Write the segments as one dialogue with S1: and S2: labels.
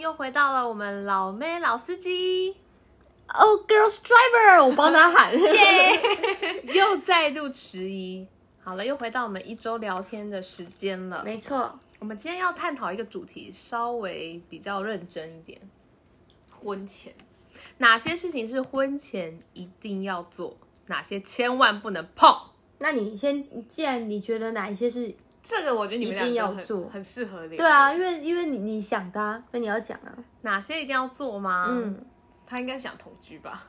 S1: 又回到了我们老妹老司机，
S2: Oh, girls driver，我帮他喊。
S1: 又再度迟疑。 好了，又回到我们一周聊天的时间了。
S2: 没错，
S1: 我们今天要探讨一个主题，稍微比较认真一点。
S3: 婚前
S1: 哪些事情是婚前一定要做，哪些千万不能碰？
S2: 那你先，既然你觉得哪一些是
S3: 这个，我觉得你们两
S2: 一定要
S3: 个很
S2: 做
S3: 很适合聊。
S2: 对啊，，因为因为你你想的、啊，所以你要讲啊。
S1: 哪些一定要做吗？嗯，
S2: 嗯，
S3: 他应该想同居吧？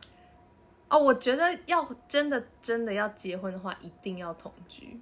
S1: 哦，我觉得要真的真的要结婚的话，一定要同居。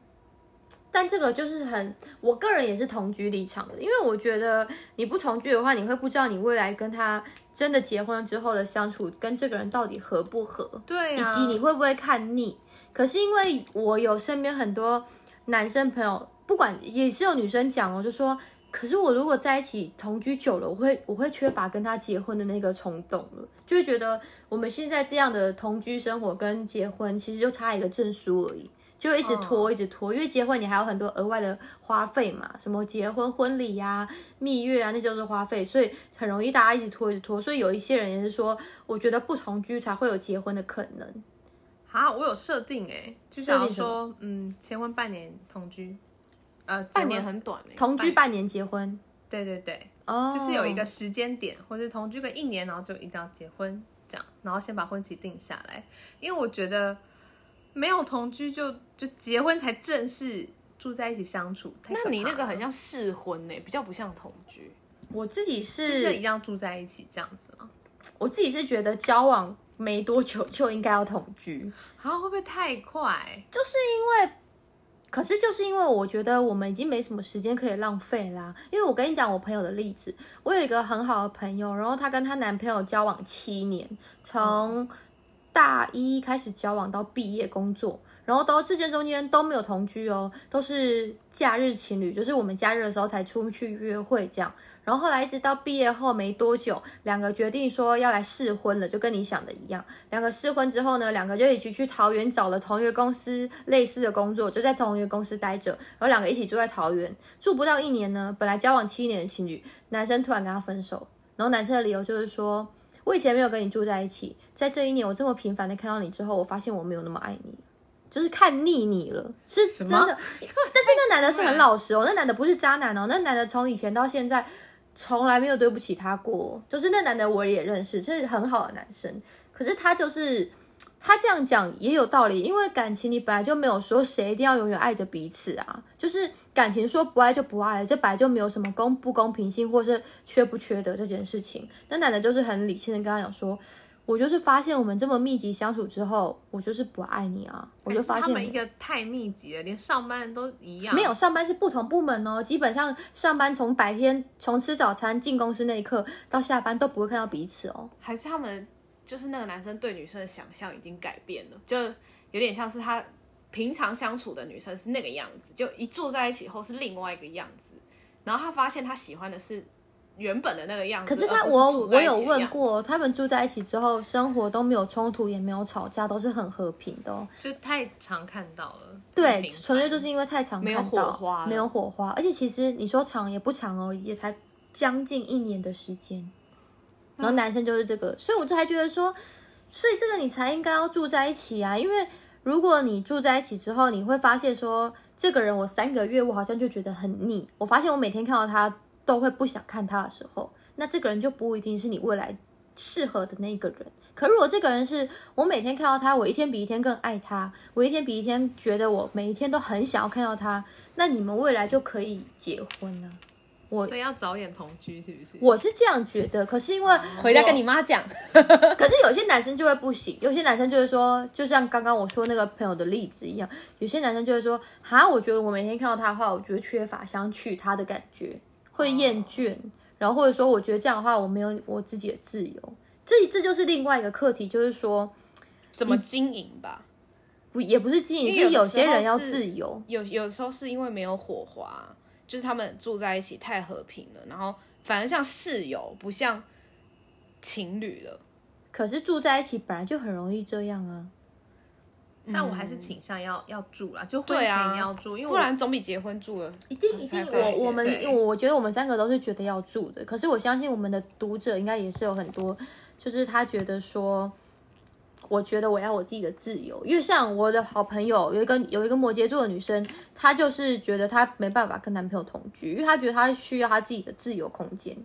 S2: 但这个就是很，我个人也是同居立场的，因为我觉得你不同居的话，你会不知道你未来跟他真的结婚之后的相处跟这个人到底合不合。
S1: 对啊，
S2: 以及你会不会看腻。可是因为我有身边很多男生朋友，不管也是有女生讲哦，就说，可是我如果在一起同居久了，我会我会缺乏跟他结婚的那个冲动了，就会觉得我们现在这样的同居生活跟结婚其实就差一个证书而已。就一直拖，
S1: 哦
S2: 一直拖，因为结婚你还有很多额外的花费嘛，什么结婚婚礼呀、蜜月啊，那些都是花费，所以很容易大家一直拖，一直拖。所以有一些人也是说，我觉得不同居才会有结婚的可能。
S1: 啊，我有设定哎、就
S2: 设
S1: 想要
S2: 定什么
S1: 说，嗯，结婚半年同居，呃，结
S3: 半
S1: 婚
S3: 年很短欸诶、
S2: 同居半年结婚，
S1: 对对对，
S2: 哦，
S1: 就是有一个时间点，或是同居个一年，然后就一定要结婚这样，然后先把婚期定下来，因为我觉得没有同居就就结婚才正式住在一起相处，太可
S3: 那你
S1: 怕
S3: 那个
S1: 了
S3: 很像试婚呢、欸比较不像同居。
S2: 我自己是，
S1: 就是一定要住在一起这样子吗？
S2: 我自己是觉得交往没多久就应该要同居，
S1: 啊，会不会太快？
S2: 就是因为，可是就是因为我觉得我们已经没什么时间可以浪费啦。因为我跟你讲我朋友的例子，我有一个很好的朋友，然后她跟她男朋友交往七年，
S1: 嗯
S2: 从大一开始交往到毕业工作。然后都之间中间都没有同居哦，都是假日情侣，就是我们假日的时候才出去约会这样。然后后来一直到毕业后没多久，两个决定说要来试婚了，就跟你想的一样。两个试婚之后呢，两个就一起去桃园找了同一个公司类似的工作，就在同一个公司待着，然后两个一起住在桃园，住不到一年呢，本来交往七年的情侣，男生突然跟她分手，然后男生的理由就是说，我以前没有跟你住在一起，在这一年我这么频繁的看到你之后，我发现我没有那么爱你。就是看腻你了，是真
S1: 么
S2: 的。但是那男的是很老实哦，那男的不是渣男哦，那男的从以前到现在从来没有对不起他过，就是那男的我也认识，是很好的男生。可是他就是他这样讲也有道理，因为感情你本来就没有说谁一定要永远爱着彼此啊，就是感情说不爱就不爱了，这本来就没有什么公不公平性或是缺不缺德这件事情。那男的就是很理性的跟他讲说。我就是发现我们这么密集相处之后，我就是不爱你啊！我就
S1: 还是
S2: 发现
S1: 他
S2: 我
S1: 们一个太密集了，连上班都一样。
S2: 没有上班是不同部门哦，基本上上班从白天从吃早餐进公司那一刻到下班都不会看到彼此哦。
S3: 还是他们就是那个男生对女生的想象已经改变了，就有点像是他平常相处的女生是那个样子，就一坐在一起后是另外一个样子，然后他发现他喜欢的是原本的那个样子。
S2: 可是他
S3: 而不
S2: 我
S3: 住
S2: 我
S3: 在一起的
S2: 有问
S3: 样子，
S2: 过，他们住在一起之后，生活都没有冲突，也没有吵架，都是很和平的、哦。
S1: 就太常看到了。太
S2: 对，
S1: 频繁
S2: 纯粹就是因为太常看
S3: 没有
S2: 到
S3: 火花了
S2: 没有火花，而且其实你说长也不长哦，也才将近一年的时间。然后
S3: 嗯
S2: 男生就是这个，所以我就还觉得说，所以这个你才应该要住在一起啊，因为如果你住在一起之后，你会发现说，这个人我三个月我好像就觉得很腻，我发现我每天看到他都会不想看他的时候，那这个人就不一定是你未来适合的那个人。可如果这个人是我每天看到他，我一天比一天更爱他，我一天比一天觉得我每一天都很想要看到他，那你们未来就可以结婚了、
S1: 所以要早点同居，是不是？
S2: 我是这样觉得，可是因为
S3: 回家
S2: 我
S3: 跟你妈讲，
S2: 可是有些男生就会不行，有些男生就会说，就像刚刚我说那个朋友的例子一样，有些男生就会说，哈，我觉得我每天看到他的话，我觉得缺乏相去他的感觉，会厌倦，然后或者说我觉得这样的话，我没有我自己的自由，这这就是另外一个课题，就是说，
S3: 怎么经营吧。
S2: 不也不是经营，
S3: 因为
S2: 是
S3: 有
S2: 有
S3: 的时候
S2: 些人要
S3: 是
S2: 自由，
S3: 有有时候是因为没有火花，就是他们住在一起太和平了，然后反而像室友不像情侣了。
S2: 可是住在一起本来就很容易这样啊。
S1: 但我还是倾向要要住啦，就婚
S4: 对
S1: 前
S4: 啊
S1: 要住，因为我
S4: 不然总比结婚住了
S2: 一定一
S4: 才
S2: 定，
S4: 发
S2: 我
S4: 现
S2: 我们
S1: 对
S2: 我我觉得我们三个都是觉得要住的，可是我相信我们的读者应该也是有很多，就是他觉得说，我觉得我要我自己的自由，因为像我的好朋友有一个有一个摩羯座的女生，她就是觉得她没办法跟男朋友同居，因为她觉得她需要她自己的自由空间。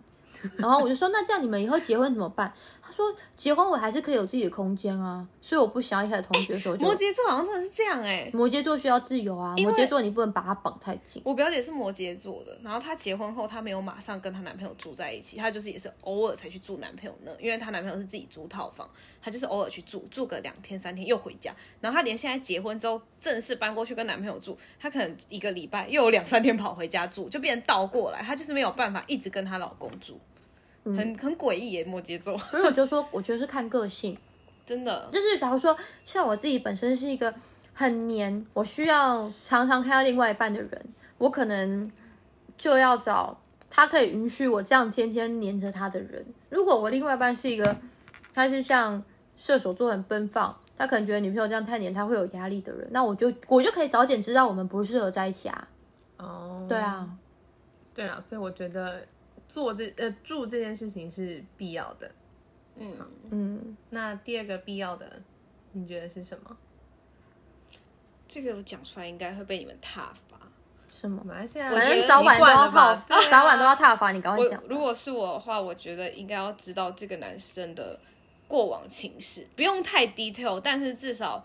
S2: 然后我就说，那这样你们以后结婚怎么办？她说，结婚我还是可以有自己的空间啊，所以我不想要一开始同居的时候就
S4: 摩羯座好像真的是这样哎、
S3: 欸
S2: 摩羯座需要自由啊，摩羯座你不能把它绑太紧。
S4: 我表姐是摩羯座的，然后她结婚后，她没有马上跟她男朋友住在一起，她就是也是偶尔才去住男朋友那，因为她男朋友是自己租套房，她就是偶尔去住，住个两天三天又回家。然后她连现在结婚之后正式搬过去跟男朋友住，她可能一个礼拜又有两三天跑回家住，就变成倒过来，她就是没有办法一直跟她老公住，很很诡异耶，摩羯座
S2: 所以我就说，我觉得是看个性，
S4: 真的。
S2: 就是假如说像我自己本身是一个很黏，我需要常常看到另外一半的人，我可能就要找他可以允许我这样天天黏着他的人。如果我另外一半是一个，他是像射手座很奔放，他可能觉得女朋友这样太黏他会有压力的人，那我就我就可以早点知道我们不适合在一起啊。
S1: 哦，
S2: 对啊，
S1: 对啊，所以我觉得做这呃住这件事情是必要的。
S2: 嗯，
S1: 那第二个必要的，你觉得是什么？
S4: 这个我讲出来应该会被你们挞伐。
S2: 什么？
S1: 马来西亚
S2: 反正
S1: 也
S2: 早晚都
S1: 习惯
S2: 要
S1: 了吧啊
S2: 踏，早晚都要踏伐，你赶快
S4: 我
S2: 讲。
S4: 如果是我的话，我觉得应该要知道这个男生的过往情史，不用太 detail，但是至少，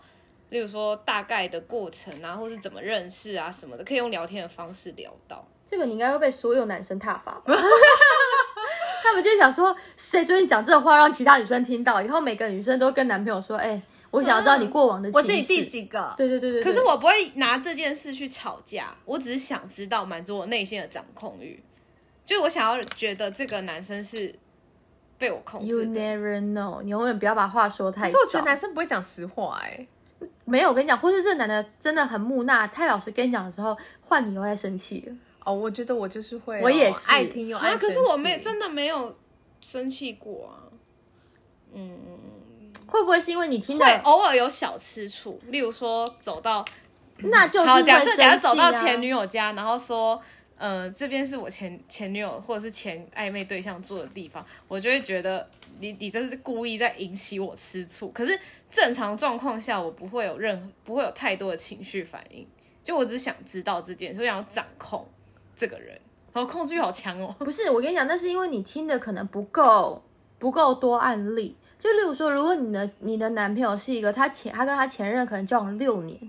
S4: 例如说大概的过程啊，或是怎么认识啊什么的，可以用聊天的方式聊到。
S2: 这个你应该会被所有男生挞伐 吧？他们就想说，谁最近讲这话让其他女生听到，以后每个女生都跟男朋友说：“哎、我想要知道你过往的情
S1: 我
S2: 史。
S1: 是你第？几个？
S2: 对对对对。
S4: 可是
S2: 对
S4: 我不会拿这件事去吵架，我只是想知道，满足我内心的掌控欲，就是我想要觉得这个男生是被我控
S2: ，You
S4: 制的。
S2: never know，你永远不要把话说太
S1: 可
S2: 早。
S1: 是我觉得男生不会讲实话哎、
S2: 没有，我跟你讲，或是这男的真的很木讷，太老实跟你讲的时候，换你又在生气了。
S1: 哦，我觉得我就是会哦、
S2: 我也是
S1: 爱听又爱
S4: 啊，
S1: 生气、
S4: 可是我没真的没有生气过啊。
S2: 会不会是因为你听的
S4: 会？偶尔有小吃醋，例如说走到
S2: 那就是
S4: 好，
S2: 会
S4: 假设
S2: 生气、啊
S4: 假设走到前女友家，然后说，呃，这边是我前前女友或者是前暧昧对象住的地方，我就会觉得你你这是故意在引起我吃醋。可是正常状况下，我不会有任何不会有太多的情绪反应，就我只是想知道这件事，我想要掌控这个人，然后控制欲好强哦。
S2: 不是，我跟你讲，那是因为你听的可能不够不够多案例。就例如说，如果你的你的男朋友是一个他前他跟他前任可能交往六年，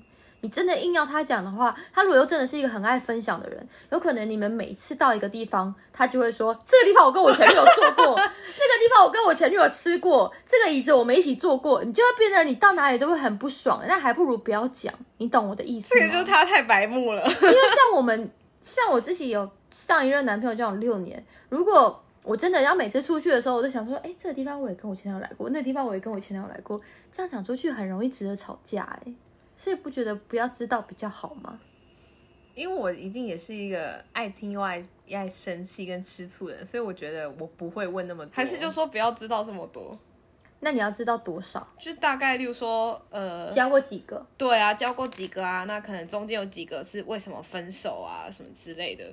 S2: 你真的硬要他讲的话，他如果又真的是一个很爱分享的人，有可能你们每次到一个地方，他就会说这个地方我跟我前女友做 过，那个地方我跟我前女友吃过，这个椅子我们一起坐过，你就会变得你到哪里都会很不爽，那还不如不要讲，你懂我的意思吗？
S4: 这个 就是他太白目了，
S2: 因为像我们，像我自己有上一任男朋友交往六年，如果我真的要每次出去的时候，我都想说，哎、这个地方我也跟我前男友来过，那个地方我也跟我前男友来过，这样讲出去很容易值得吵架、哎，所以不觉得不要知道比较好吗？
S1: 因为我一定也是一个爱听又爱爱生气跟吃醋的人，所以我觉得我不会问那么多。
S4: 还是就说不要知道这么多，
S2: 那你要知道多少，
S4: 就大概例如说，呃，
S2: 交过几个，
S4: 对啊，交过几个啊？那可能中间有几个是为什么分手啊，什么之类的。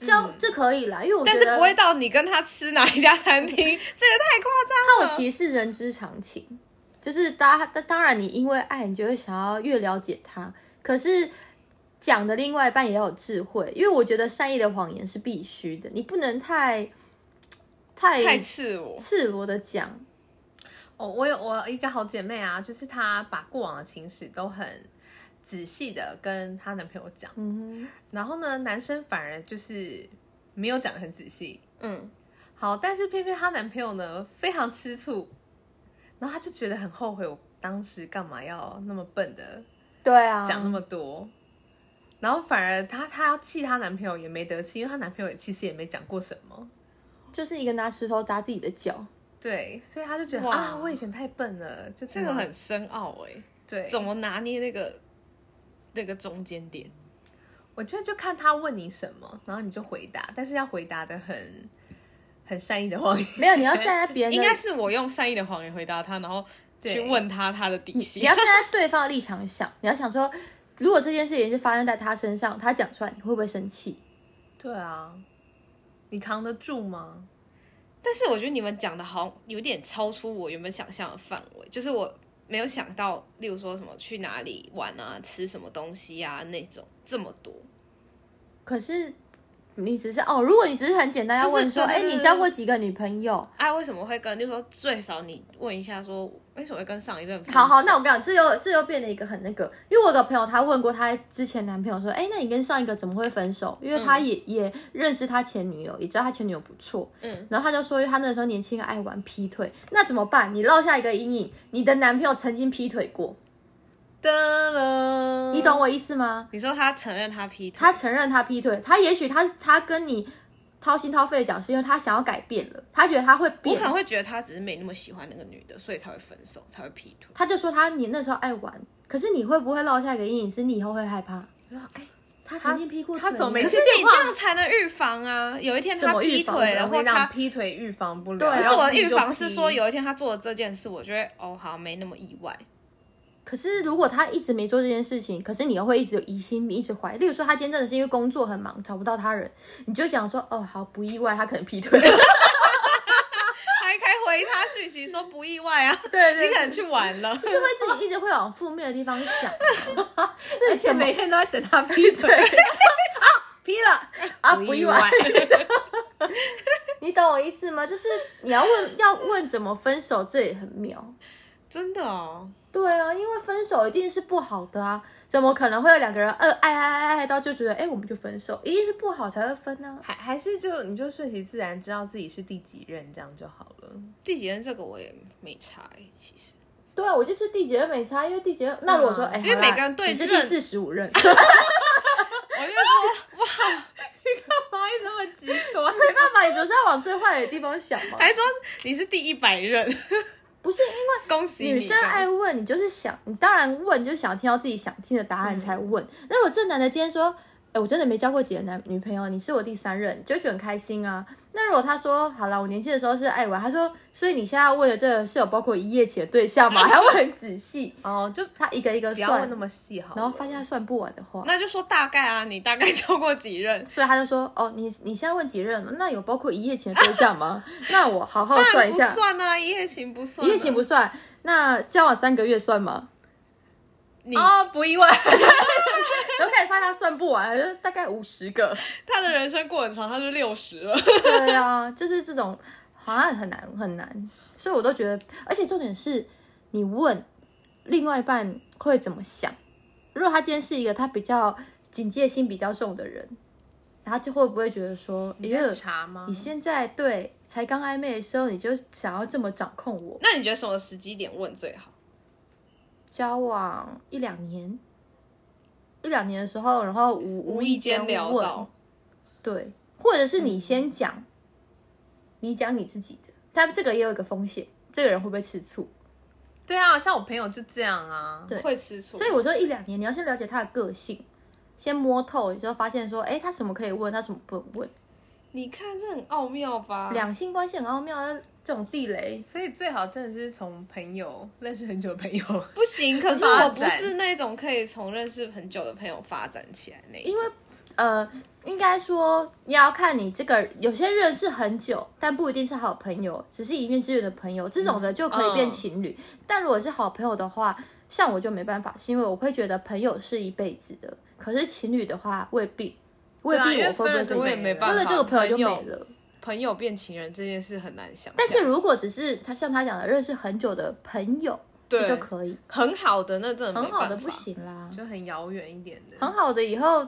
S2: 交、这可以啦，因为我觉
S4: 嗯但
S2: 得
S4: 是不会到你跟他吃哪一家餐厅，这个太夸张了。
S2: 好奇是人之常情，就是大当当然你因为爱，你就会想要越了解他。可是讲的另外一半也要有智慧，因为我觉得善意的谎言是必须的，你不能太
S4: 太
S2: 太
S4: 赤裸，
S2: 赤裸的讲。
S1: 哦，我有我一个好姐妹啊，就是她把过往的情史都很仔细的跟她男朋友讲，
S2: 嗯
S1: 然后呢，男生反而就是没有讲的很仔细。
S4: 嗯，
S1: 好，但是偏偏她男朋友呢非常吃醋，然后她就觉得很后悔，我当时干嘛要那么笨的
S4: 嗯
S2: 哼，对啊，
S1: 讲那么多。然后反而她她要气她男朋友也没得气，因为她男朋友也其实也没讲过什么，
S2: 就是一个拿石头砸自己的脚。
S1: 对，所以她就觉得
S4: 哇
S1: 啊，我以前太笨了，就
S4: 这个
S1: 样
S4: 很深奥哎、
S1: 对。
S4: 怎么拿捏那个那个中间点？
S1: 我觉得就看他问你什么，然后你就回答，但是要回答的很很善意的谎言。
S2: 没有，你要站在别人
S4: 应
S2: 的
S4: 该是我用善意的谎言回答他，然后
S1: 对
S4: 去问他他的底
S2: 你
S4: 线
S2: 要。站在对方的立场想，你要想说，如果这件事情是发生在他身上，他讲出来，你会不会生气？
S1: 对啊，你扛得住吗？
S4: 但是我觉得你们讲的好像有点超出我原本想象的范围，就是我没有想到，例如说什么去哪里玩啊、吃什么东西啊那种这么多。
S2: 可是你只是哦，如果你只是很简单要
S4: 就是
S2: 问说，
S4: 对
S2: 哎、
S4: 对对
S2: 你
S4: 对
S2: 交过几个女朋友？
S4: 哎、为什么会跟？例如说最少你问一下说为什么会跟上一任分手？
S2: 好好，那我跟你讲，这又这又变得一个很那个，因为我有个朋友，她问过她之前男朋友说，哎、那你跟上一个怎么会分手？因为她也、也认识她前女友，也知道她前女友不错，嗯，然后她就说，因为她那时候年轻爱玩劈腿，那怎么办？你落下一个阴影，你的男朋友曾经劈腿过，
S4: 的了，
S2: 你懂我意思吗？
S4: 你说他承认他劈腿，
S2: 他承认他劈腿，他也许他他跟你掏心掏肺的讲，是因为他想要改变了，他觉得他会
S4: 我
S2: 变
S4: 可，能会觉得他只是没那么喜欢那个女的，所以才会分手，才会劈腿。
S2: 他就说他你那时候爱玩，可是你会不会落下一个阴影，是你以后会害怕？
S1: 哎，
S2: 他曾经劈过腿，
S1: 他总没
S4: 可
S1: 接
S4: 是你这样才能预防啊！有一天
S2: 怎
S4: 他
S2: 么预
S4: 劈
S2: 防
S4: 腿
S2: 呢
S4: 了，
S1: 我会
S4: 或
S1: 让
S4: 他
S1: 劈腿预防不了。
S2: 对啊
S4: 可
S1: 然
S4: 是
S1: 后
S4: 我
S1: 劈
S4: 预
S1: 就
S4: 防是
S1: 劈
S4: 说，有一天他做了这件事，我觉得哦，好没那么意外。
S2: 可是如果他一直没做这件事情，可是你又会一直有疑心，一直怀疑。例如说，他今天真的是因为工作很忙，找不到他人，你就想说，哦，好不意外，他可能劈腿。
S4: 还开回他讯息说不意外啊，
S2: 对
S4: 你可能去玩了。
S2: 就会自己一直会往负面的地方想，啊
S1: 而且每天都在等他劈腿。啊，劈了，
S2: 啊，不意外。你懂我意思吗？就是你要问，要问怎么分手，这也很妙。
S4: 真的哦，
S2: 对啊，因为分手一定是不好的啊，怎么可能会有两个人呃爱爱爱爱到就觉得哎、我们就分手，一定是不好才会分啊。
S1: 还还是就你就顺其自然，知道自己是第几任，这样就好了。
S4: 第几任这个我也没查欸、其实
S2: 对啊，我就是第几任没差，因为第几任那如果说哎、
S4: 啊因为
S2: 好啦
S4: 每个人对
S2: 你是第
S4: 任
S2: 四十五任，
S1: 干嘛这
S4: 我就说
S1: 么极端？
S2: 没办法，你总是要往最坏的地方想嘛。
S4: 还说你是第一百任，
S2: 不是因
S4: 恭喜
S2: 为
S4: 你。
S2: 女生爱问，你就是想，你当然问就是想要听到自己想听的答案
S1: 嗯
S2: 才问。那如果这男的今天说，哎、我真的没交过几个男女朋友，你是我第三任，你就会觉得很开心啊。那如果他说，好了，我年轻的时候是爱玩，他说，所以你现在问的这个是有包括一夜情的对象吗？还要问很仔细，
S1: 哦，就
S2: 他一个一个
S1: 不要问
S2: 算
S1: 那，么细好了。
S2: 然后发现他算不完的话，
S4: 那就说大概啊，你大概 超过几任？
S2: 所以他就说，哦，你你现在问几任了？那有包括一夜情的对象吗？ 那我好好算一
S4: 不
S2: 下，
S4: 算啊，一夜情不算、
S2: 一夜情不，算，那交往三个月算吗？
S4: 你、
S1: 哦，不意外。
S2: 然后开始发现他算不完，就大概五十个。
S4: 他的人生过很长，他就六十了。
S2: 对啊，就是这种好像很难很难，所以我都觉得，而且重点是你问另外一半会怎么想。如果他今天是一个他比较警戒心比较重的人，他就会不会觉得说，因为
S1: 查吗
S2: 你现在对才刚暧昧的时候，你就想要这么掌控我？
S4: 那你觉得什么时机点问最好？
S2: 交往一两年，一两年的时候，然后无
S4: 无
S2: 意
S4: 意间聊
S2: 问
S4: 到，
S2: 对，或者是你先讲，你讲你自己的，但这个也有一个风险，这个人会不会吃醋？
S1: 对啊，像我朋友就这样啊。
S2: 对
S4: 会吃醋，
S2: 所以我说一两年，你要先了解他的个性，先摸透，你就发现说，哎，他什么可以问，他什么不能问。
S4: 你看这很奥妙吧？
S2: 两性关系很奥妙，这种地雷，
S1: 所以最好真的是从朋友认识很久的朋友，
S4: 不行，可是
S1: 发
S4: 我
S1: 展
S4: 不是那种可以从认识很久的朋友发展起来那一种，
S2: 因为呃，应该说你要看你这个，有些认识很久，但不一定是好朋友，只是一面之缘的朋友，这种
S1: 嗯
S2: 的就可以变情侣。但如果是好朋友的话，像我就没办法，是因为我会觉得朋友是一辈子的，可是情侣的话未必，未
S1: 啊因
S2: 必
S1: 为
S2: 我会不
S1: 分
S2: 会
S1: 了就
S2: 跟
S1: 我也
S2: 你
S1: 没办
S2: 分了
S4: 法
S2: 这个朋友就
S4: 朋友
S2: 没了。
S4: 朋友变情人这件事很难想象。
S2: 但是如果只是他像他讲的认识很久的朋友，这就可以，
S4: 很好的那真的没
S2: 很好的
S4: 办法
S2: 不，行啦，
S1: 就很遥远一点的。
S2: 很好的以后。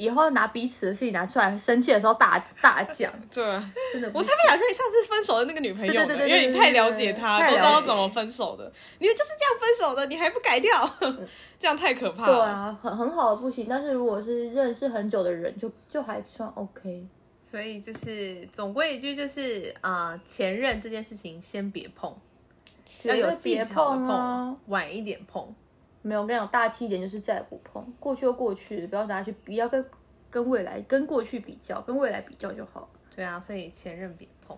S2: 以后拿彼此的事情拿出来，生气的时候大 大讲，
S4: 对，啊
S2: 真的不
S4: 我才不想说你上次分手的那个女朋友
S2: 对对
S4: 呢，
S2: 对对
S4: 因为你太了解她，
S2: 太了
S4: 都
S2: 解
S4: 知道怎么分手的。你们就是这样分手的，你还不改掉， 这样太可
S2: 嗯
S4: 怕
S2: 对
S4: 了。
S2: 啊，很很好的不行，但是如果是认识很久的人，就就还算 OK。
S1: 所以就是总归一句，就是呃，前任这件事情先别碰，要有技
S2: 别
S1: 巧的
S2: 碰啊！
S1: 晚一点碰。
S2: 没有，我跟你讲，大气一点就是再也不碰，过去就过去，不要拿去比，要跟跟未来、跟过去比较，跟未来比较就好。
S1: 对啊，所以前任别碰。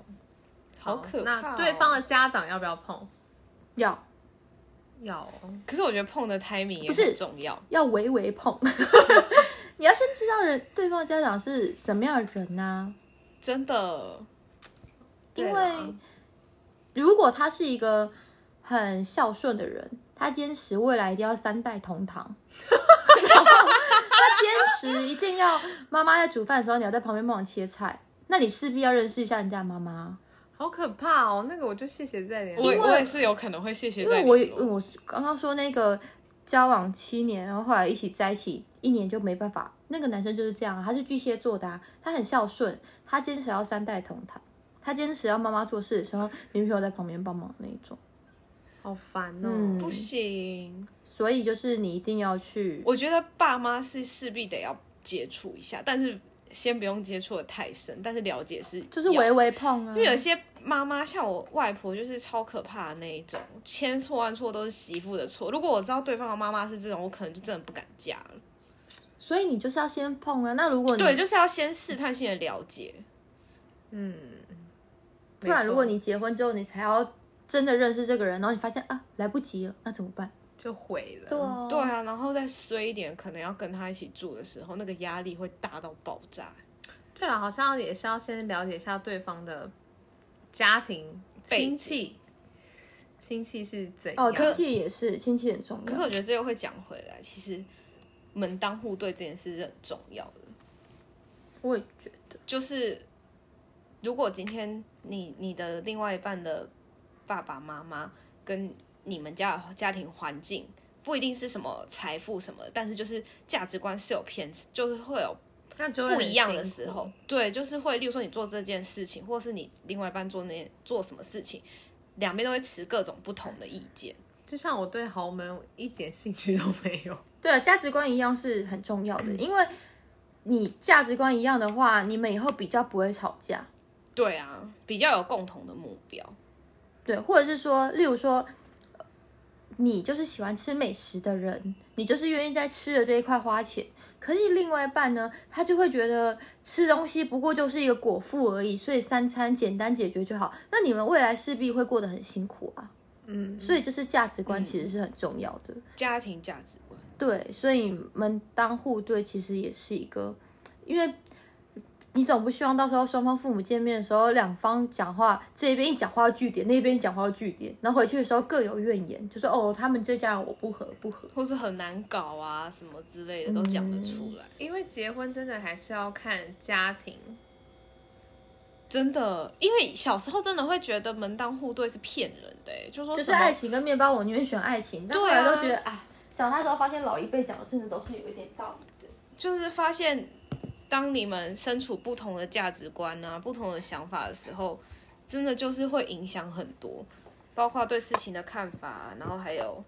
S4: 好可怕哦
S1: 那对方的家长要不要碰？
S2: 要
S1: 要哦
S4: 可是我觉得碰的 timing 也
S2: 不是
S4: 很重要。
S2: 要微微碰。 你要先知道人对方家长是怎么样的人啊呐、
S4: 真的，
S1: 对
S2: 因
S1: 啦
S2: 为如果他是一个很孝顺的人，他坚持未来一定要三代同堂，他坚持一定要妈妈在煮饭的时候，你要在旁边帮忙切菜，那你势必要认识一下人家妈妈。
S1: 好可怕哦，那个我就谢谢再联
S4: 我
S1: 络。
S4: 我也是有可能会谢谢
S2: 因
S4: 在
S2: 为
S4: 你
S2: 我
S4: 咯
S2: 有我是刚刚说那个交往七年，然后后来一起在一起一年就没办法，那个男生就是这样啊，他是巨蟹座的、啊，他很孝顺，他坚持要三代同堂，他坚持要妈妈做事的时候，女朋友在旁边帮忙那一种。
S1: 好烦哦。
S2: 嗯
S4: 不行，
S2: 所以就是你一定要去，
S4: 我觉得爸妈是势必得要接触一下，但是先不用接触的太深，但是了解是
S2: 就是
S4: 要
S2: 微微碰啊，
S4: 因为有些妈妈像我外婆就是超可怕的那一种，千错万错都是媳妇的错。如果我知道对方的妈妈是这种，我可能就真的不敢嫁了。
S2: 所以你就是要先碰啊。那如果你
S4: 对，就是要先试探性的了解。
S1: 嗯
S2: 不然，
S1: 没错
S2: 如果你结婚之后你才要真的认识这个人，然后你发现啊来不及了，那怎么办？
S1: 就毁了。
S2: 哦
S4: 对啊，然后再衰一点，可能要跟他一起住的时候，那个压力会大到爆炸。
S1: 对了，好像也是要先了解一下对方的家庭
S4: 背景
S1: 亲戚，亲戚是怎样？
S2: 哦，亲戚也是，亲戚很重要。
S4: 可是我觉得这又会讲回来，其实门当户对这件事是很重要的。
S2: 我也觉得。
S4: 就是如果今天你你的另外一半的爸爸妈妈跟你们家的家庭环境不一定是什么财富什么的，但是就是价值观是有偏，就是会有
S1: 那就会
S4: 不
S1: 很
S4: 一样的
S1: 辛
S4: 时
S1: 苦
S4: 候，，对，就是会，例如说你做这件事情，或是你另外一半做那件做什么事情，两边都会持各种不同的意见。
S1: 就像我对豪门一点兴趣都没有。
S2: 对啊，价值观一样是很重要的，因为你价值观一样的话，你们以后比较不会吵架。
S4: 对啊，比较有共同的目标。
S2: 对，或者是说，例如说，呃你就是喜欢吃美食的人，你就是愿意在吃的这一块花钱。可是另外一半呢，他就会觉得吃东西不过就是一个果腹而已，所以三餐简单解决就好。那你们未来势必会过得很辛苦啊。 嗯，所以就是价值观其实是很重要的。
S4: 家庭价值观，
S2: 对，所以门当户对其实也是一个，因为你总不希望到时候双方父母见面的时候，两方讲话这边一讲话据点，那边一讲话据点，然后回去的时候各有怨言，就说哦，他们这家人我不合不合。
S4: 或是很难搞啊，什么之类的
S2: 嗯
S4: 都讲得出来。
S1: 因为结婚真的还是要看家庭，
S4: 真的，因为小时候真的会觉得门当户对是骗人的、欸，就说
S2: 就是
S4: 什么
S2: 爱情跟面包，我宁愿选爱情，但后
S4: 对
S2: 来
S4: 啊
S2: 都觉得啊，长大之后发现老一辈讲的真的都是有一点道理的。
S4: 就是发现，当你们身处不同的价值观啊、不同的想法的时候，真的就是会影响很多，包括对事情的看法啊、然后还有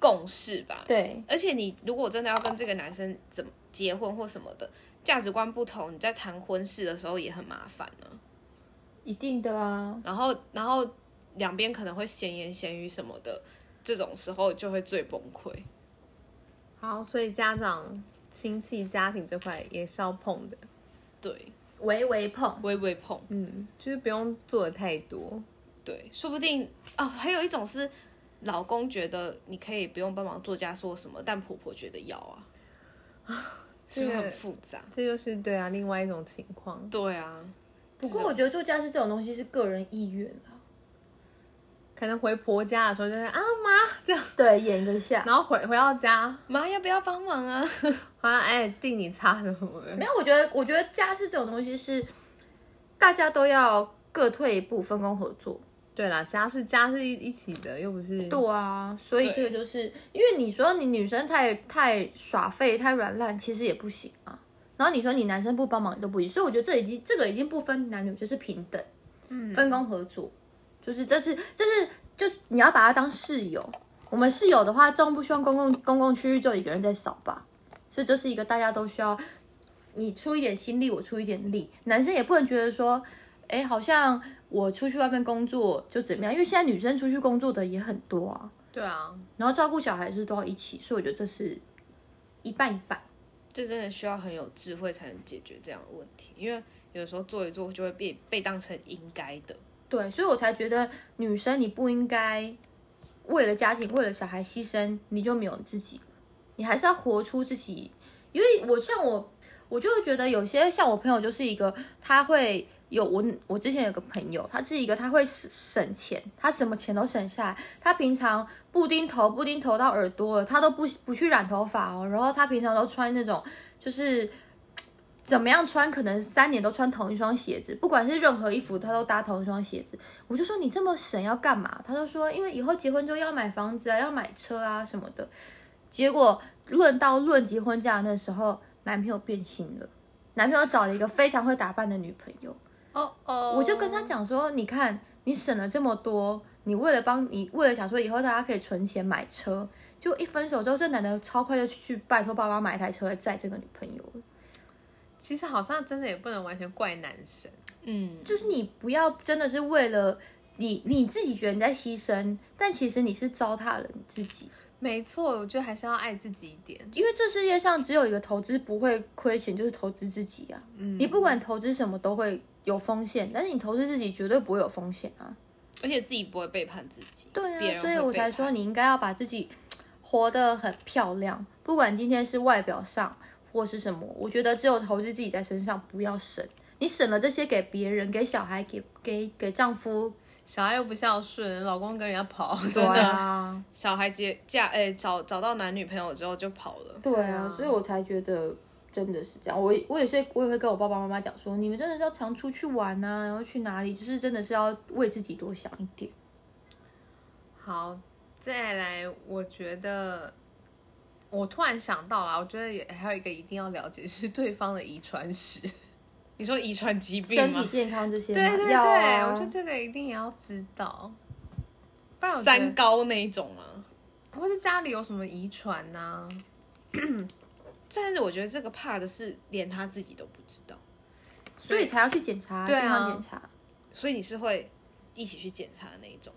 S4: 共识吧。
S2: 对，
S4: 而且你如果真的要跟这个男生怎么结婚或什么的，价值观不同，你在谈婚事的时候也很麻烦呢、
S2: 一定的啊。
S4: 然后，然后两边可能会闲言闲语什么的，这种时候就会最崩溃。
S1: 好，所以家长、亲戚、家庭这块也是要碰的，
S4: 对，
S2: 微微碰，
S4: 微微碰。
S1: 嗯，就是不用做的太多。
S4: 对，说不定哦，还有一种是老公觉得你可以不用帮忙做家事或什么，但婆婆觉得要啊，是不是
S1: 这个
S4: 很复杂？
S1: 这就是对啊，另外一种情况。
S4: 对啊，
S2: 不过我觉得做家事这种东西是个人意愿啊。
S1: 可能回婆家的时候就会啊妈这样，
S2: 对，演一下。
S1: 然后回回到家，
S4: 妈要不要帮忙啊？
S1: 好像哎递你擦什么的
S2: 没，有，我觉得，我觉得家事这种东西是大家都要各退一步，分工合作。
S1: 对啦，家是家是一一起的，又不是
S2: 对啊，所以
S4: 对
S2: 这个就是因为你说你女生太太耍废、太软烂，其实也不行啊。然后你说你男生不帮忙也都不行，所以我觉得这已经这个已经不分男女，就是平等，嗯，分工合作，就是这是这是就是你要把它当室友。我们室友的话，总不希望公共公共区域就一个人在扫吧，所以这是一个大家都需要你出一点心力，我出一点力。男生也不能觉得说，哎，好像我出去外面工作就怎么样，因为现在女生出去工作的也很多啊，
S1: 对啊，
S2: 然后照顾小孩是都要一起，所以我觉得这是一半一半。
S4: 这真的需要很有智慧才能解决这样的问题，因为有时候做一做就会被被当成应该的。
S2: 对，所以我才觉得女生你不应该为了家庭、为了小孩牺牲，你就没有自己，你还是要活出自己。因为我像我，我就会觉得有些像我朋友就是一个，他会有我我之前有个朋友，他是一个他会省省钱，他什么钱都省下来。他平常布丁头布丁头到耳朵了，他都不不去染头发哦，然后他平常都穿那种就是。怎么样穿，可能三年都穿同一双鞋子，不管是任何衣服，他都搭同一双鞋子。我就说你这么省要干嘛？他就说因为以后结婚之后要买房子啊，要买车啊什么的。结果论到论及婚嫁的那时候，男朋友变心了，男朋友找了一个非常会打扮的女朋友。
S1: 哦哦，
S2: 我就跟他讲说，你看你省了这么多，你为了帮你为了想说以后大家可以存钱买车，就一分手之后，这男的超快就去拜托爸妈买一台车来载这个女朋友了。
S1: 其实好像真的也不能完全怪男生，
S4: 嗯，
S2: 就是你不要真的是为了你你自己觉得你在牺牲，但其实你是糟蹋了你自己。
S1: 没错，我觉得还是要爱自己一点。
S2: 因为这世界上只有一个投资不会亏钱，就是投资自己啊。
S4: 嗯
S2: 你不管投资什么都会有风险，但是你投资自己绝对不会有风险啊。
S4: 而且自己不会背叛自己，
S2: 对
S4: 别
S2: 啊，
S4: 人
S2: 所以
S4: 会
S2: 我
S4: 背
S2: 才
S4: 叛
S2: 说你应该要把自己活得很漂亮，不管今天是外表上或是什么，我觉得只有投资自己在身上，不要省。你省了这些给别人、给小孩、给给给丈夫，
S1: 小孩又不孝顺，老公跟人家跑，
S2: 对
S1: 真的。
S2: 啊，
S4: 小孩结嫁哎、找找到男女朋友之后就跑了，
S2: 对啊，所以我才觉得真的是这样。我我也是，我也会跟我爸爸妈妈讲说，你们真的是要常出去玩啊，然后去哪里，就是真的是要为自己多想一点。
S1: 好，再来，我觉得我突然想到啦，我觉得也还有一个一定要了解是对方的遗传 史。
S4: 你说遗传疾病
S2: 身
S4: 吗
S2: 体？健康这些嘛，
S1: 对对对，
S2: 要啊
S1: 我觉得这个一定也要知道。不然我觉得
S4: 三高那一种吗？
S1: 或是家里有什么遗传啊呐、
S4: 但是我觉得这个怕的是连他自己都不知道，
S2: 所以才要去检查，
S1: 对啊
S2: 健康检查。
S4: 所以你是会一起去检查的那一种。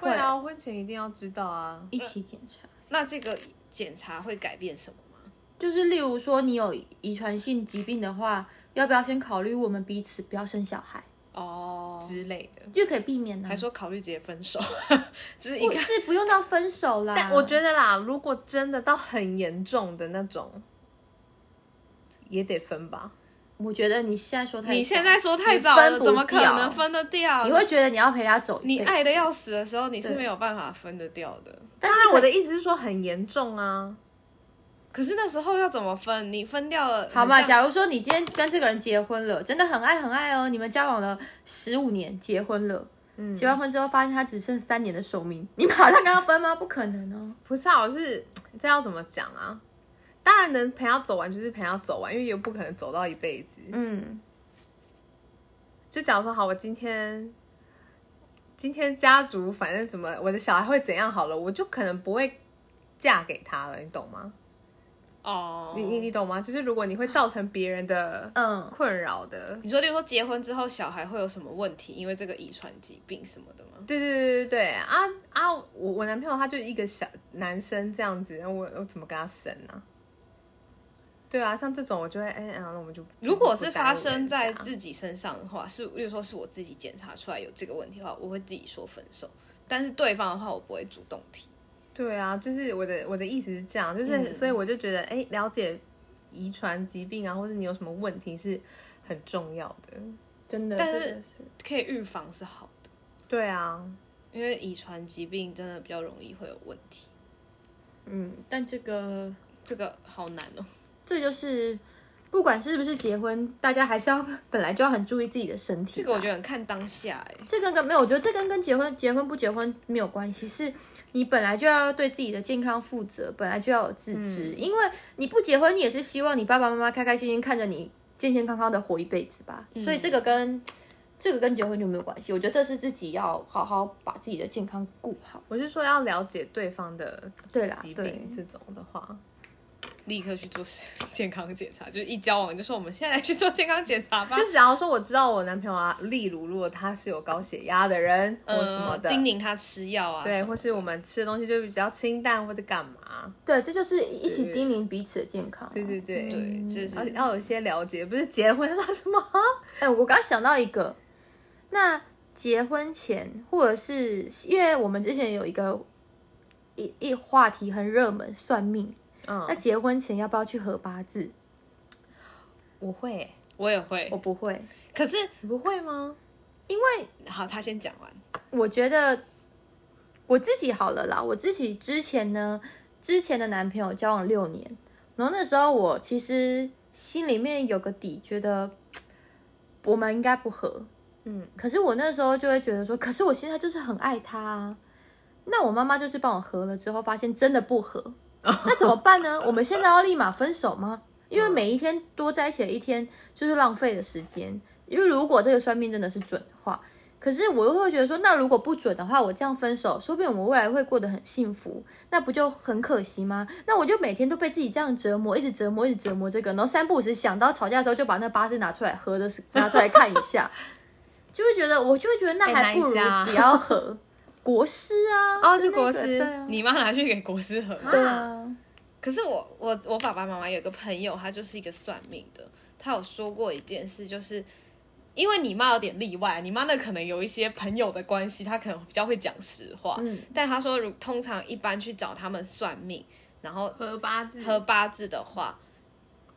S1: 会啊，婚前一定要知道啊。
S2: 一起检查。
S4: 那这个检查会改变什么吗？
S2: 就是例如说，你有遗传性疾病的话，要不要先考虑我们彼此不要生小孩，
S4: 哦，
S1: 之类的，
S2: 就可以避免呢、
S4: 还说考虑直接分手，就是一
S2: 不
S4: 个
S2: 是不用到分手啦。
S1: 但我觉得啦，如果真的到很严重的那种，也得分吧。
S2: 我觉得你现在说太早，
S4: 你现在说太
S2: 你
S4: 早了，
S2: 分不
S4: 怎么可能
S2: 掉
S4: 分得掉？
S2: 你会觉得你要陪他走一
S4: 你
S2: 辈子，
S4: 爱的要死的时候，你是
S2: 对
S4: 没有办法分得掉的。
S1: 当
S2: 但
S1: 然，
S2: 是
S1: 我的意思是说很严重啊。
S4: 可是那时候要怎么分？你分掉了，
S2: 好嘛，
S4: 很像
S2: 假如说你今天跟这个人结婚了，真的很爱很爱哦，你们交往了十五年，结婚了，
S1: 嗯，
S2: 结完婚之后发现他只剩三年的寿命，你马上跟他分吗？不可能哦。
S1: 不是啊，我是这要怎么讲啊？当然能陪他走完就是陪他走完，因为也不可能走到一辈子。
S2: 嗯，
S1: 就假如说好，我今天今天家族反正什么，我的小孩会怎样好了，我就可能不会嫁给他了，你懂吗？
S4: 哦，
S1: 你你你懂吗？就是如果你会造成别人的
S2: 嗯
S1: 困扰的，
S4: 你说，例如说结婚之后小孩会有什么问题？因为这个遗传疾病什么的吗？
S1: 对对对对对啊啊！我我男朋友他就一个小男生这样子，我我怎么跟他生啊？对啊，像这种我就会哎，然、后我们就
S4: 如果是
S1: 不耽误
S4: 发生
S1: 人
S4: 在
S1: 家
S4: 自己身上的话，是例如说是我自己检查出来有这个问题的话，我会自己说分手。但是对方的话，我不会主动提。
S1: 对啊，就是我的我的意思是这样，就是、
S4: 嗯
S1: 所以我就觉得，哎，了解遗传疾病啊，或者你有什么问题是很重要的。
S2: 真的，
S4: 但是
S2: 真的
S4: 可以预防是好的，
S1: 对啊，
S4: 因为遗传疾病真的比较容易会有问题。
S2: 嗯，但这个
S4: 这个好难哦。
S2: 这就是不管是不是结婚，大家还是要 本来就要很注意自己的身体吧。
S4: 这个我觉得很看当下哎、
S2: 这个跟没有，我觉得这跟跟结婚结婚不结婚没有关系，是你本来就要对自己的健康负责，本来就要有自知，
S1: 嗯
S2: 因为你不结婚，你也是希望你爸爸妈妈开开心心看着你健健康康的活一辈子吧。所以
S1: 嗯
S2: 这个跟这个跟结婚就没有关系，我觉得这是自己要好好把自己的健康顾好。
S1: 我是说要了解对方的
S2: 对啦
S1: 疾，
S2: 对
S1: 病，这种的话，
S4: 立刻去做 健康检查，就是一交往就说我们现在来去做健康检查吧。
S1: 就假如说我知道我男朋友啊，例如如果他是有高血压的人、或什么
S4: 呃，
S1: 的，
S4: 叮咛他吃药啊，
S1: 对，
S4: 什么
S1: 或是我们吃的东西就比较清淡或者干嘛，
S2: 对，这就是一起叮咛彼此的健康啊、
S1: 对对对
S4: 对，就是
S1: 要要有一些了解，不是结婚了什么？
S2: 哎、我刚想到一个，那结婚前或者是因为我们之前有一个一一话题很热门，算命。那
S1: 嗯，
S2: 结婚前要不要去合八字？
S1: 我会，
S4: 我也会
S2: 我。不会，
S4: 可是
S1: 你不会吗？
S2: 因为
S4: 好，他先讲完。
S2: 我觉得我自己好了啦，我自己之前呢，之前的男朋友交往六年，然后那时候我其实心里面有个底，觉得我们应该不合。
S1: 嗯，
S2: 可是我那时候就会觉得说，可是我现在就是很爱他啊。那我妈妈就是帮我合了之后，发现真的 不合，那怎么办呢？我们现在要立马分手吗？因为每一天多在一起的一天就是浪费的时间。因为如果这个算命真的是准的话，可是我又会觉得说，那如果不准的话，我这样分手，说不定我们未来会过得很幸福，那不就很可惜吗？那我就每天都被自己这样折磨，一直折磨，一直折磨这个，然后三不五时想到吵架的时候，就把那八字拿出来合的，拿出来看一 下，就会觉得，我就会觉得那
S1: 哎
S2: 还
S1: 哪一
S2: 不如
S1: 家啊
S2: 不要合。国师啊，
S4: 哦，
S2: 就
S4: 就
S2: 那个
S4: 国师
S2: 对啊，
S4: 你妈拿去给国师喝。
S2: 对啊，
S4: 可是我我我爸爸妈妈有个朋友，他就是一个算命的，他有说过一件事，就是因为你妈有点例外，你妈那可能有一些朋友的关系，她可能比较会讲实话。
S2: 嗯
S4: 但他说如通常一般去找他们算命，然后
S1: 合八字，
S4: 合八字的话，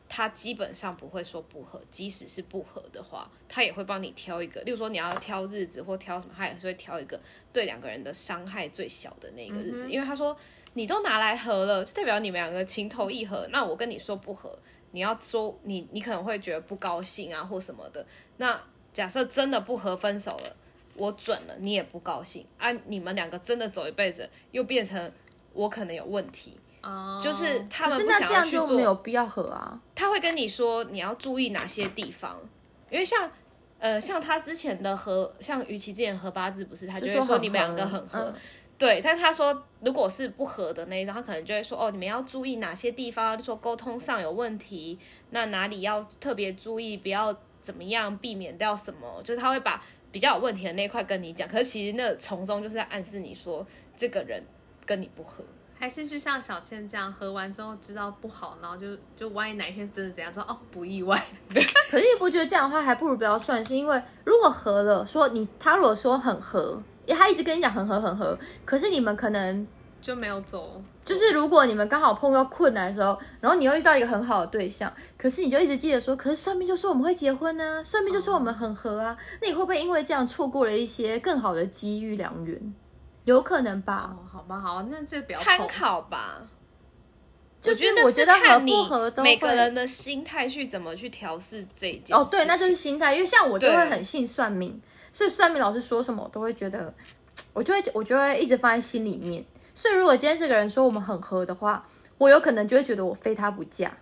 S4: 他基本上不会说不合，即使是不合的话，他也会帮你挑一个，例如说你要挑日子或挑什么，他也是会挑一个对两个人的伤害最小的那个日
S1: 嗯
S4: 子，
S1: 哼
S4: 因为他说你都拿来合了，就代表你们两个情投意合，那我跟你说不合，你要说你你可能会觉得不高兴啊或什么的，那假设真的不合分手了。我准了，你也不高兴啊！你们两个真的走一辈子，又变成我可能有问题，
S1: 哦
S4: 就是他
S2: 可
S4: 们
S2: 是
S4: 不
S2: 那
S4: 想
S2: 这
S4: 要
S2: 样
S4: 去
S2: 就没有
S4: 做，
S2: 必要合啊。
S4: 他会跟你说你要注意哪些地方，因为像呃像他之前的和像于琦之前合八字不是，他就会说
S2: 很
S4: 你们两个
S2: 合
S4: 很合，
S2: 嗯
S4: 对，但他说如果是不合的那一种，他可能就会说哦你们要注意哪些地方，就说沟通上有问题，那哪里要特别注意，不要怎么样避免掉什么，就是他会把比较有问题的那一块跟你讲，可是其实那从中就是在暗示你说这个人跟你不合。
S1: 还是就像小倩这样，合完之后知道不好，然后就就万一哪一天真的怎样说哦不意外，
S2: 可是你不觉得这样的话还不如不要算，是因为如果合了，说你他如果说很合，他一直跟你讲很合很合，可是你们可能
S1: 就没有走。
S2: 就是如果你们刚好碰到困难的时候，然后你又遇到一个很好的对象，可是你就一直记得说，可是算命就说我们会结婚呢、算命就说我们很合啊，那你会不会因为这样错过了一些更好的机遇良缘？有可能吧，
S1: 哦，好吧，好，那这个不要碰
S4: 参。考吧。
S2: 就是
S4: 我
S2: 我
S4: 觉
S2: 觉得
S4: 得那是
S2: 合
S4: 看
S2: 不合都
S4: 你
S2: 会
S4: 每个人的心态去怎么去调试这一件
S2: 哦，对，那就是
S4: 事情
S2: 心态，因为像我就
S4: 对
S2: 会很信算命，所以算命老师说什么我都会觉得，我就会我就会一直放在心里面。所以如果今天这个人说我们很合的话，我有可能就会觉得我非他不嫁。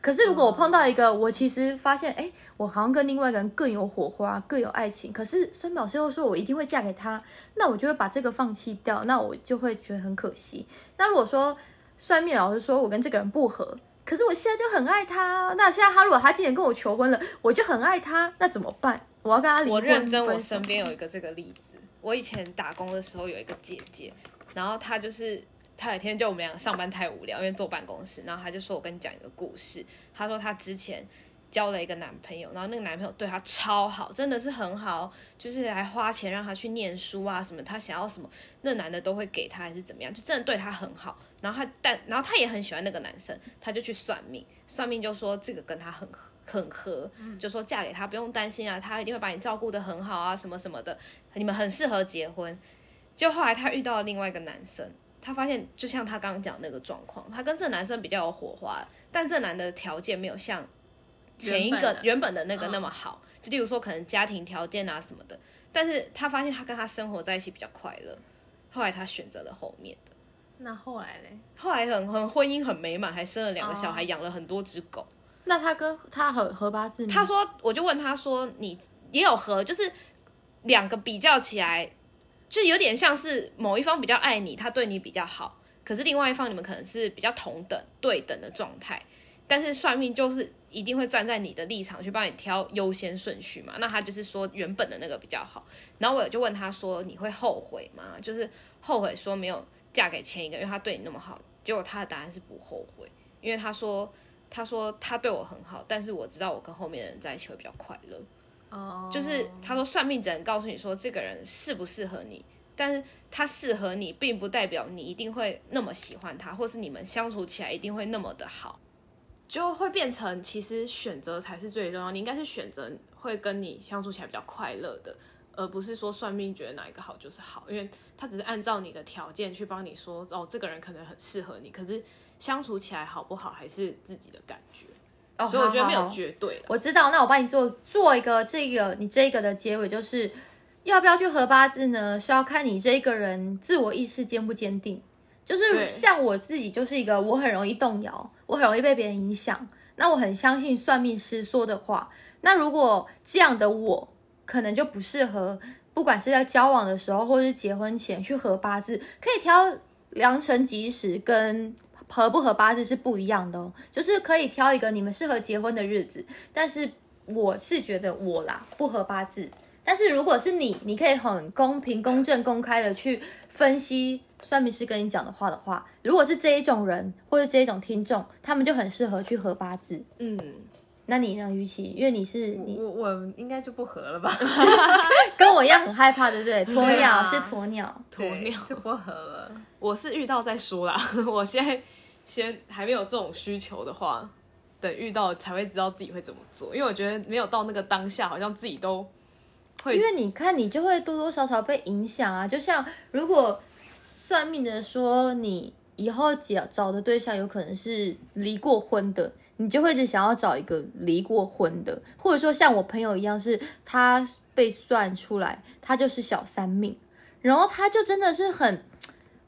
S2: 可是如果我碰到一个，我其实发现，哎，我好像跟另外一个人更有火花，更有爱情。可是孙老师又说我一定会嫁给他，那我就会把这个放弃掉，那我就会觉得很可惜。那如果说算命老师说我跟这个人不合，可是我现在就很爱他，啊那现在他如果他今年跟我求婚了，我就很爱他，那怎么办？我要跟他离婚。
S4: 我认真，我
S2: 分手
S4: 身边有一个这个例子。我以前打工的时候有一个姐姐，然后她就是她有一天就我们俩上班太无聊，因为坐办公室，然后她就说我跟你讲一个故事。她说她之前交了一个男朋友，然后那个男朋友对她超好，真的是很好，就是还花钱让她去念书啊什么，她想要什么那男的都会给她还是怎么样，就真的对她很好。然后她但然后她也很喜欢那个男生，她就去算命，算命就说这个跟她很合很合，就说嫁给他不用担心啊，他一定会把你照顾得很好啊，什么什么的，你们很适合结婚。就后来她遇到了另外一个男生，她发现就像她刚刚讲那个状况，她跟这个男生比较有火花，但这男的条件没有像前一
S1: 原本
S4: 个
S1: 的嗯
S4: 原本的那个那么好，就例如说可能家庭条件啊什么的，但是她发现她跟他生活在一起比较快乐，后来她选择了后面的，
S1: 那后来嘞，
S4: 后来很很婚姻很美满，还生了两个小孩，
S1: 哦
S4: 养了很多只狗。
S2: 那他跟他合合八字吗？
S4: 他说，我就问他说，你也有合，就是两个比较起来，就有点像是某一方比较爱你，他对你比较好，可是另外一方你们可能是比较同等对等的状态，但是算命就是一定会站在你的立场去帮你挑优先顺序嘛。那他就是说原本的那个比较好，然后我就问他说，你会后悔吗？就是后悔说没有嫁给前一个，因为他对你那么好。结果他的答案是不后悔，因为他说。他说他对我很好，但是我知道我跟后面的人在一起会比较快乐。
S1: 哦，
S4: 就是他说算命只能告诉你说这个人适不适合你，
S5: 但是他适合你，并不代表你一定会那么喜欢他，或是你们相处起来一定会那么的好。
S4: 就会变成其实选择才是最重要，你应该是选择会跟你相处起来比较快乐的，而不是说算命觉得哪一个好就是好，因为他只是按照你的条件去帮你说，哦，这个人可能很适合你，可是相处起来好不好还是自己的感觉，
S2: 哦，
S4: 所以我觉得没
S2: 好好
S4: 有绝对啦
S2: 我知道，那我帮你做做一个这个你这个的结尾，就是要不要去合八字呢？是要看你这个人自我意识坚不坚定。就是
S4: 对
S2: 像我自己，就是一个我很容易动摇，我很容易被别人影响。那我很相信算命师说的话。那如果这样的我，可能就不适合，不管是在交往的时候，或是结婚前去合八字，可以挑良辰吉时跟合不合八字是不一样的哦，就是可以挑一个你们适合结婚的日子。但是我是觉得我啦不合八字，但是如果是你，你可以很公平、公正、公开的去分析算命师跟你讲的话的话，如果是这一种人或者这一种听众，他们就很适合去合八字。
S4: 嗯，
S2: 那你呢，于琦？因为你是你
S1: 我我应该就不合了吧？
S2: 跟我一样很害怕，对不对？鸵
S4: 对
S2: 鸟、
S4: 啊
S2: 是鸵鸟，
S4: 鸵
S1: 对
S4: 鸟
S1: 就不合了。
S4: 我是遇到再说啦， 我现在先还没有这种需求的话，等遇到才会知道自己会怎么做，因为我觉得没有到那个当下，好像自己都会
S2: 因为你看，你就会多多少少被影响啊。就像如果算命的说你以后找找的对象有可能是离过婚的，你就会一直想要找一个离过婚的，或者说像我朋友一样，是他被算出来他就是小三命，然后他就真的是很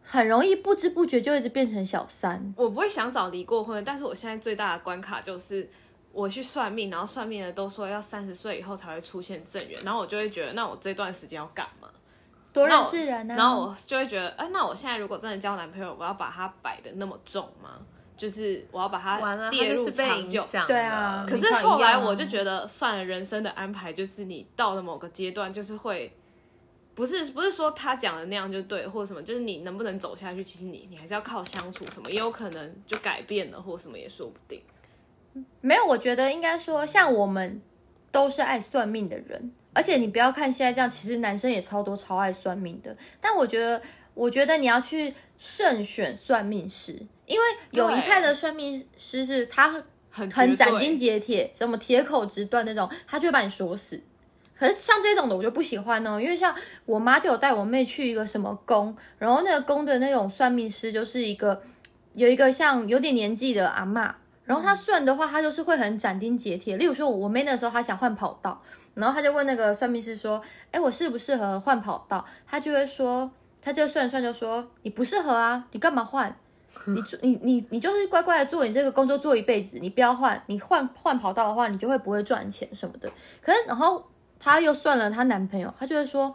S2: 很容易不知不觉就一直变成小三。
S4: 我不会想找离过婚，但是我现在最大的关卡就是我去算命，然后算命的都说要三十岁以后才会出现正缘，然后我就会觉得，那我这段时间要干嘛？
S2: 多
S4: 那
S2: 认
S4: 我
S2: 识人啊，
S4: 然后我就会觉得，哎、那我现在如果真的交男朋友，我要把他摆的那么重吗？就是我要把
S1: 完了，他
S4: 他列
S1: 就
S4: 入
S1: 是被
S4: 长
S1: 影
S4: 久。
S1: 响了。
S2: 对啊
S4: 可
S2: 你
S4: 是
S2: 看一
S4: 后来
S2: 样啊
S4: 我就觉得，算了，人生的安排就是你到了某个阶段，就是会，不是不是说他讲的那样就对，或者什么，就是你能不能走下去，其实你你还是要靠相处，什么也有可能就改变了，或什么也说不定。
S2: 没有，我觉得应该说，像我们都是爱算命的人，而且你不要看现在这样，其实男生也超多超爱算命的。但我觉得，我觉得你要去慎选算命师，因为有一
S4: 对
S2: 派的算命师是他
S4: 很
S2: 很
S4: 很
S2: 斩钉截铁，什么铁口直断那种，他就会把你锁死。可是像这种的我就不喜欢哦，因为像我妈就有带我妹去一个什么宫，然后那个宫的那种算命师就是一个有一个像有点年纪的阿嬷，然后她算的话，她就是会很斩钉截铁。例如说，我妹那时候她想换跑道，然后她就问那个算命师说：“哎，我适不适合换跑道？”她就会说，她就算一算就说：“你不适合啊，你干嘛换？”你做你你你就是乖乖的做你这个工作做一辈子，你不要换，你换换跑道的话，你就会不会赚钱什么的。可是然后她又算了她男朋友，她就会说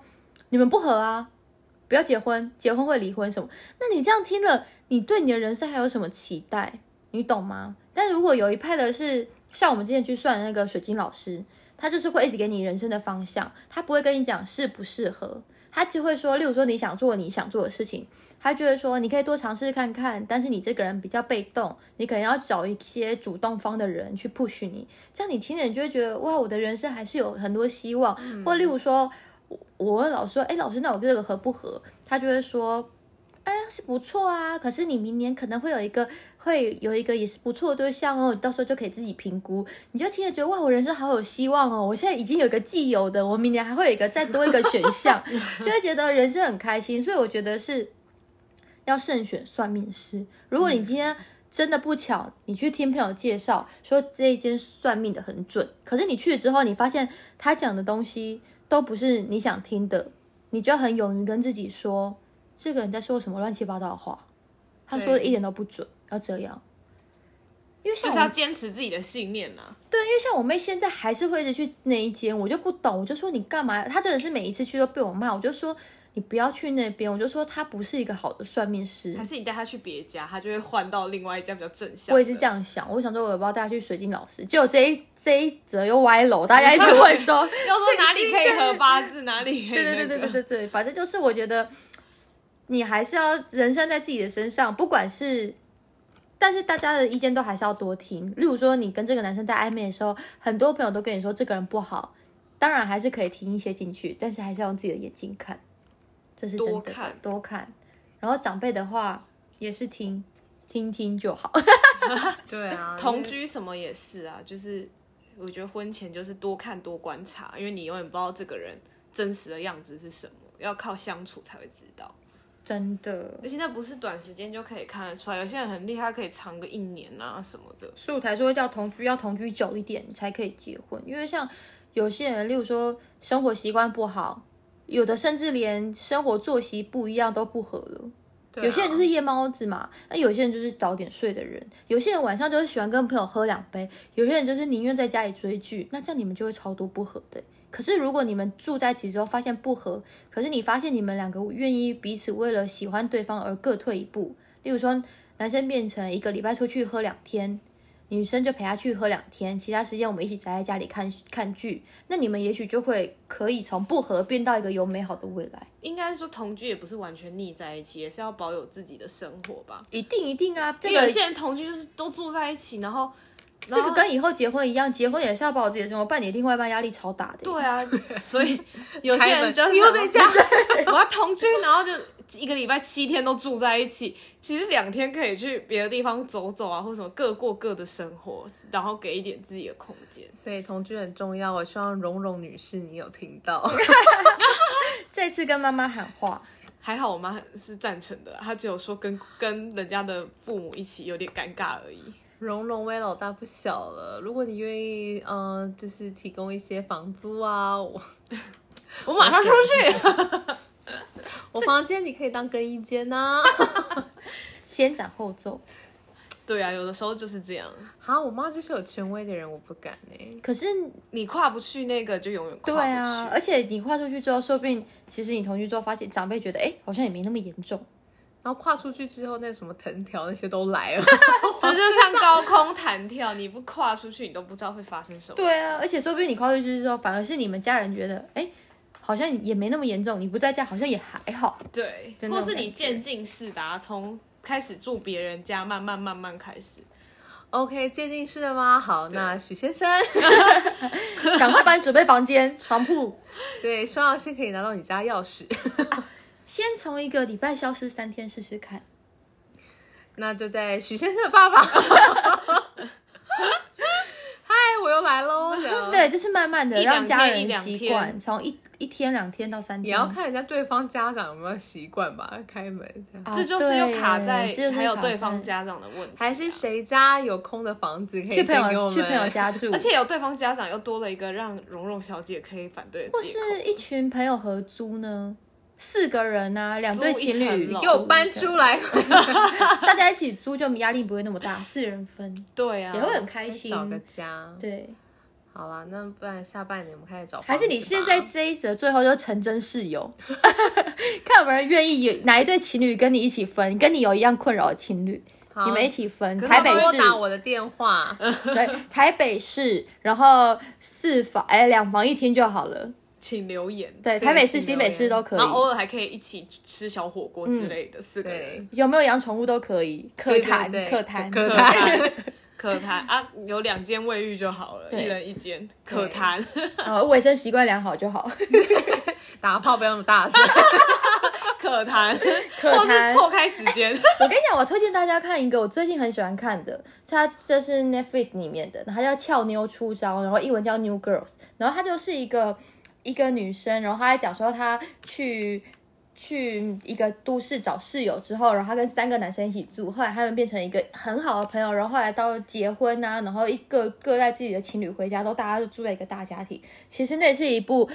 S2: 你们不合啊，不要结婚，结婚会离婚什么。那你这样听了，你对你的人生还有什么期待？你懂吗？但如果有一派的是像我们之前去算的那个水晶老师，他就是会一直给你人生的方向，他不会跟你讲适不适合，他只会说，例如说你想做你想做的事情，他就会说你可以多尝试看看，但是你这个人比较被动，你可能要找一些主动方的人去 push 你，这样你听着你就会觉得哇，我的人生还是有很多希望，或例如说。我我问老师说：“哎，老师，那我这个合不合？”他就会说：“嗯是不错啊，可是你明年可能会有一个会有一个也是不错的对象哦，你到时候就可以自己评估。你就听着觉得哇，我人生好有希望哦，我现在已经有一个既有的，我明年还会有一个再多一个选项，就会觉得人生很开心。所以我觉得是要慎选算命师。如
S4: 嗯
S2: 果你今天真的不巧，你去听朋友介绍说这一间算命的很准，可是你去了之后，你发现他讲的东西都不是你想听的，你就要很勇于跟自己说，这个人在说什么乱七八糟的话，他说的一点都不准，要这样。因为像
S4: 就
S2: 我
S4: 是要坚持自己的信念啊呐、
S2: 对，因为像我妹现在还是会一直去那一间，我就不懂，我就说你干嘛？她真的是每一次去都被我骂，我就说你不要去那边，我就说他不是一个好的算命师
S4: 还。是你带他去别家，他就会换到另外一家比较正向的。
S2: 我也是这样想，我想说，我也不要带她去水晶老师，结果这一这一则又歪楼，大家一直会 说，
S4: 要说哪里可以合八字，哪里可以、
S2: 对
S4: 那
S2: 对
S4: 个、
S2: 对对对对对，反正就是我觉得你还是要人生在自己的身上，不管是。但是大家的意见都还是要多听。例如说，你跟这个男生在暧昧的时候，很多朋友都跟你说这个人不好，当然还是可以听一些进去，但是还是要用自己的眼睛看。这是真的
S4: 多看
S2: 多看。然后长辈的话也是听听听就好。
S1: 对啊，
S4: 同居什么也是啊，就是我觉得婚前就是多看多观察，因为你永远不知道这个人真实的样子是什么，要靠相处才会知道。
S2: 真的，
S4: 而且那不是短时间就可以看得出来，有些人很厉害，可以藏个一年啊什么的。
S2: 所以我才说叫同居，要同居久一点你才可以结婚。因为像有些人，例如说生活习惯不好，有的甚至连生活作息不一样都不合了。
S1: 对啊
S2: 有些人就是夜猫子嘛，那有些人就是早点睡的人，有些人晚上就是喜欢跟朋友喝两杯，有些人就是宁愿在家里追剧，那这样你们就会超多不合的。欸可是如果你们住在一起之后发现不合，可是你发现你们两个愿意彼此为了喜欢对方而各退一步，例如说男生变成一个礼拜出去喝两天，女生就陪他去喝两天，其他时间我们一起宅在家里看看剧，那你们也许就会可以从不合变到一个有美好的未来。
S4: 应该是说同居也不是完全腻在一起，也是要保有自己的生活吧。
S2: 一定一定啊，这
S4: 因为
S2: 个
S4: 有些人同居就是都住在一起，然后
S2: 这
S4: 哦
S2: 个跟以后结婚一样，结婚也是要把我自己的生活，不然你另外一半压力超大的。
S4: 对，啊，所以有些
S1: 开
S4: 人
S1: 门
S4: 就是
S1: 你又在家，
S4: 我要同居，然后就一个礼拜七天都住在一起，其实两天可以去别的地方走走啊，或什么各过各的生活，然后给一点自己的空间。
S1: 所以同居很重要。我希望蓉蓉女士你有听到，
S2: 再次跟妈妈喊话，
S4: 还好我妈是赞成的，她只有说跟跟人家的父母一起有点尴尬而已。
S1: 蓉蓉威老大不小了。如果你愿意，嗯、就是提供一些房租啊，我
S4: 我马上出去，
S1: 我房间你可以当更衣间呐、
S2: 先斩后奏。
S4: 对啊，有的时候就是这样，
S1: 啊，我妈就是有权威的人，我不敢哎、
S2: 可是，
S4: 你跨不去那个就永远跨
S2: 对
S4: 不去。
S2: 啊，而且你跨出去之后，说不定其实你同居之后发现长辈觉得，哎，好像也没那么严重。
S1: 然后跨出去之后，那什么藤条那些都来了。
S4: 哦这就像高空弹跳，你不跨出去，你都不知道会发生什么。
S2: 对啊，而且说不定你跨出去之后，反而是你们家人觉得，哎，好像也没那么严重，你不在家好像也还 好。
S4: 对，
S2: 真的
S4: 或
S2: 有
S4: 是
S2: 感
S4: 你
S2: 觉
S4: 渐进式的、啊，从开始住别人家，慢慢慢慢开始。
S1: OK，接近式了吗？好，那许先生，
S2: 赶快帮你准备房间、床铺，
S1: 对，希望先可以拿到你家钥匙。
S2: 先从一个礼拜消失三天试试看。
S1: 那就在许先生的爸爸。 嗨，我又来喽！这样，
S2: 对，就是慢慢的
S4: 一两
S2: 让家
S4: 天一
S2: 人
S4: 两
S2: 习
S4: 天
S2: 惯，从一一天两天到三天，
S1: 也要看人家对方家长有没有习惯吧，开门这样。
S2: 啊
S4: 这就是又卡在
S2: 对这就是
S4: 还有
S2: 卡
S4: 对
S2: 在
S4: 方家长的问题啊、
S1: 还是谁家有空的房子可以先
S2: 去朋
S1: 给我
S2: 友
S1: 们？
S2: 去朋友家住，
S4: 而且有对方家长又多了一个让蓉蓉小姐可以反对的
S2: 或
S4: 借
S2: 是
S4: 口。
S2: 一群朋友合租呢，四个人啊，两
S4: 租
S2: 对
S4: 一
S2: 情
S4: 层
S2: 侣
S4: 楼
S1: 给我搬
S2: 租一层，
S1: 出来，
S2: 大家一起租就压力不会那么大，四人分
S4: 对啊，
S2: 也会很开心。
S1: 找个家。
S2: 对，
S1: 好啦，那不然下半年我们开始找房子吧。
S2: 还是你现在这一则最后就成真室友， 看有没有人愿意有哪一对情侣跟你一起分，跟你有一样困扰的情侣，
S1: 好
S2: 你们一起分。
S1: 可是
S2: 台北
S1: 多
S2: 市
S1: 打我的电话，
S2: 对，台北市，然后四房，哎，两房一厅就好了。
S4: 请留言。
S2: 对，
S1: 对
S2: 台北市、
S1: 请
S2: 新北
S1: 留
S2: 市
S1: 言
S2: 都可以
S4: 然。后偶尔还可以一起吃小火锅之类的，四个
S1: 对
S4: 人。。
S2: 有没有养宠物都可以，客
S1: 对对
S2: 谈
S1: 对
S2: 客谈啊
S1: 可
S4: 可
S1: 谈
S4: 谈，可谈啊，有两间卫浴就好了，
S2: 对
S4: 一人一间。可谈，
S2: 呃，卫生习惯良好就好。
S1: 打炮不要那么大声。
S4: 可谈，
S2: 可
S4: 或
S2: 谈
S4: 是错开时 间。
S2: 我跟你讲，我推荐大家看一个我最近很喜欢看的，它这是 Netflix 里面的，它叫《俏妞出招》，然后英文叫 New Girls，然后它就是一个一个女生，然后她在讲说她去。去一个都市找室友之后，然后她跟三个男生一起住，后来他们变成一个很好的朋友，然后后来到结婚啊，然后一个各带自己的情侣回家，都大家都住在一个大家庭。其实那是一部，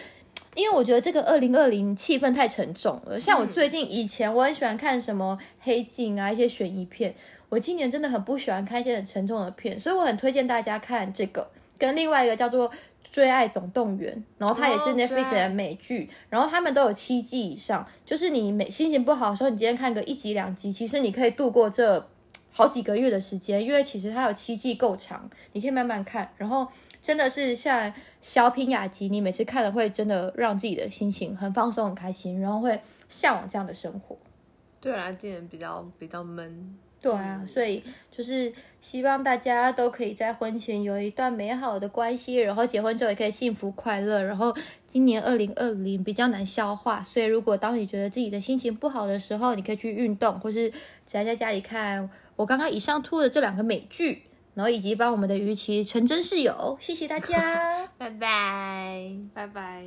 S2: 因为我觉得这个二零二零气氛太沉重了。
S1: 嗯
S2: 像我最近以前我很喜欢看什么黑镜啊，一些悬疑片，我今年真的很不喜欢看一些很沉重的片，所以我很推荐大家看这个，跟另外一个叫做。《追爱总动员》，然后它也是
S1: 哦追
S2: Netflix
S1: 爱
S2: 的美剧，然后他们都有七季以上。就是你每心情不好的时候，你今天看个一集两集，其实你可以度过这好几个月的时间，因为其实它有七季够长，你可以慢慢看。然后真的是像小品雅集，你每次看了会真的让自己的心情很放松、很开心，然后会向往这样的生活。
S1: 啊对啦，今年比较比较闷，
S2: 对啊，所以就是希望大家都可以在婚前有一段美好的关系，然后结婚之后也可以幸福快乐。然后今年二零二零比较难消化，所以如果当你觉得自己的心情不好的时候，你可以去运动，或是宅在家里看我刚刚以上吐的这两个美剧，然后以及帮我们的鱼鳍成真室友，谢谢大家。
S1: 拜拜。
S3: 拜拜。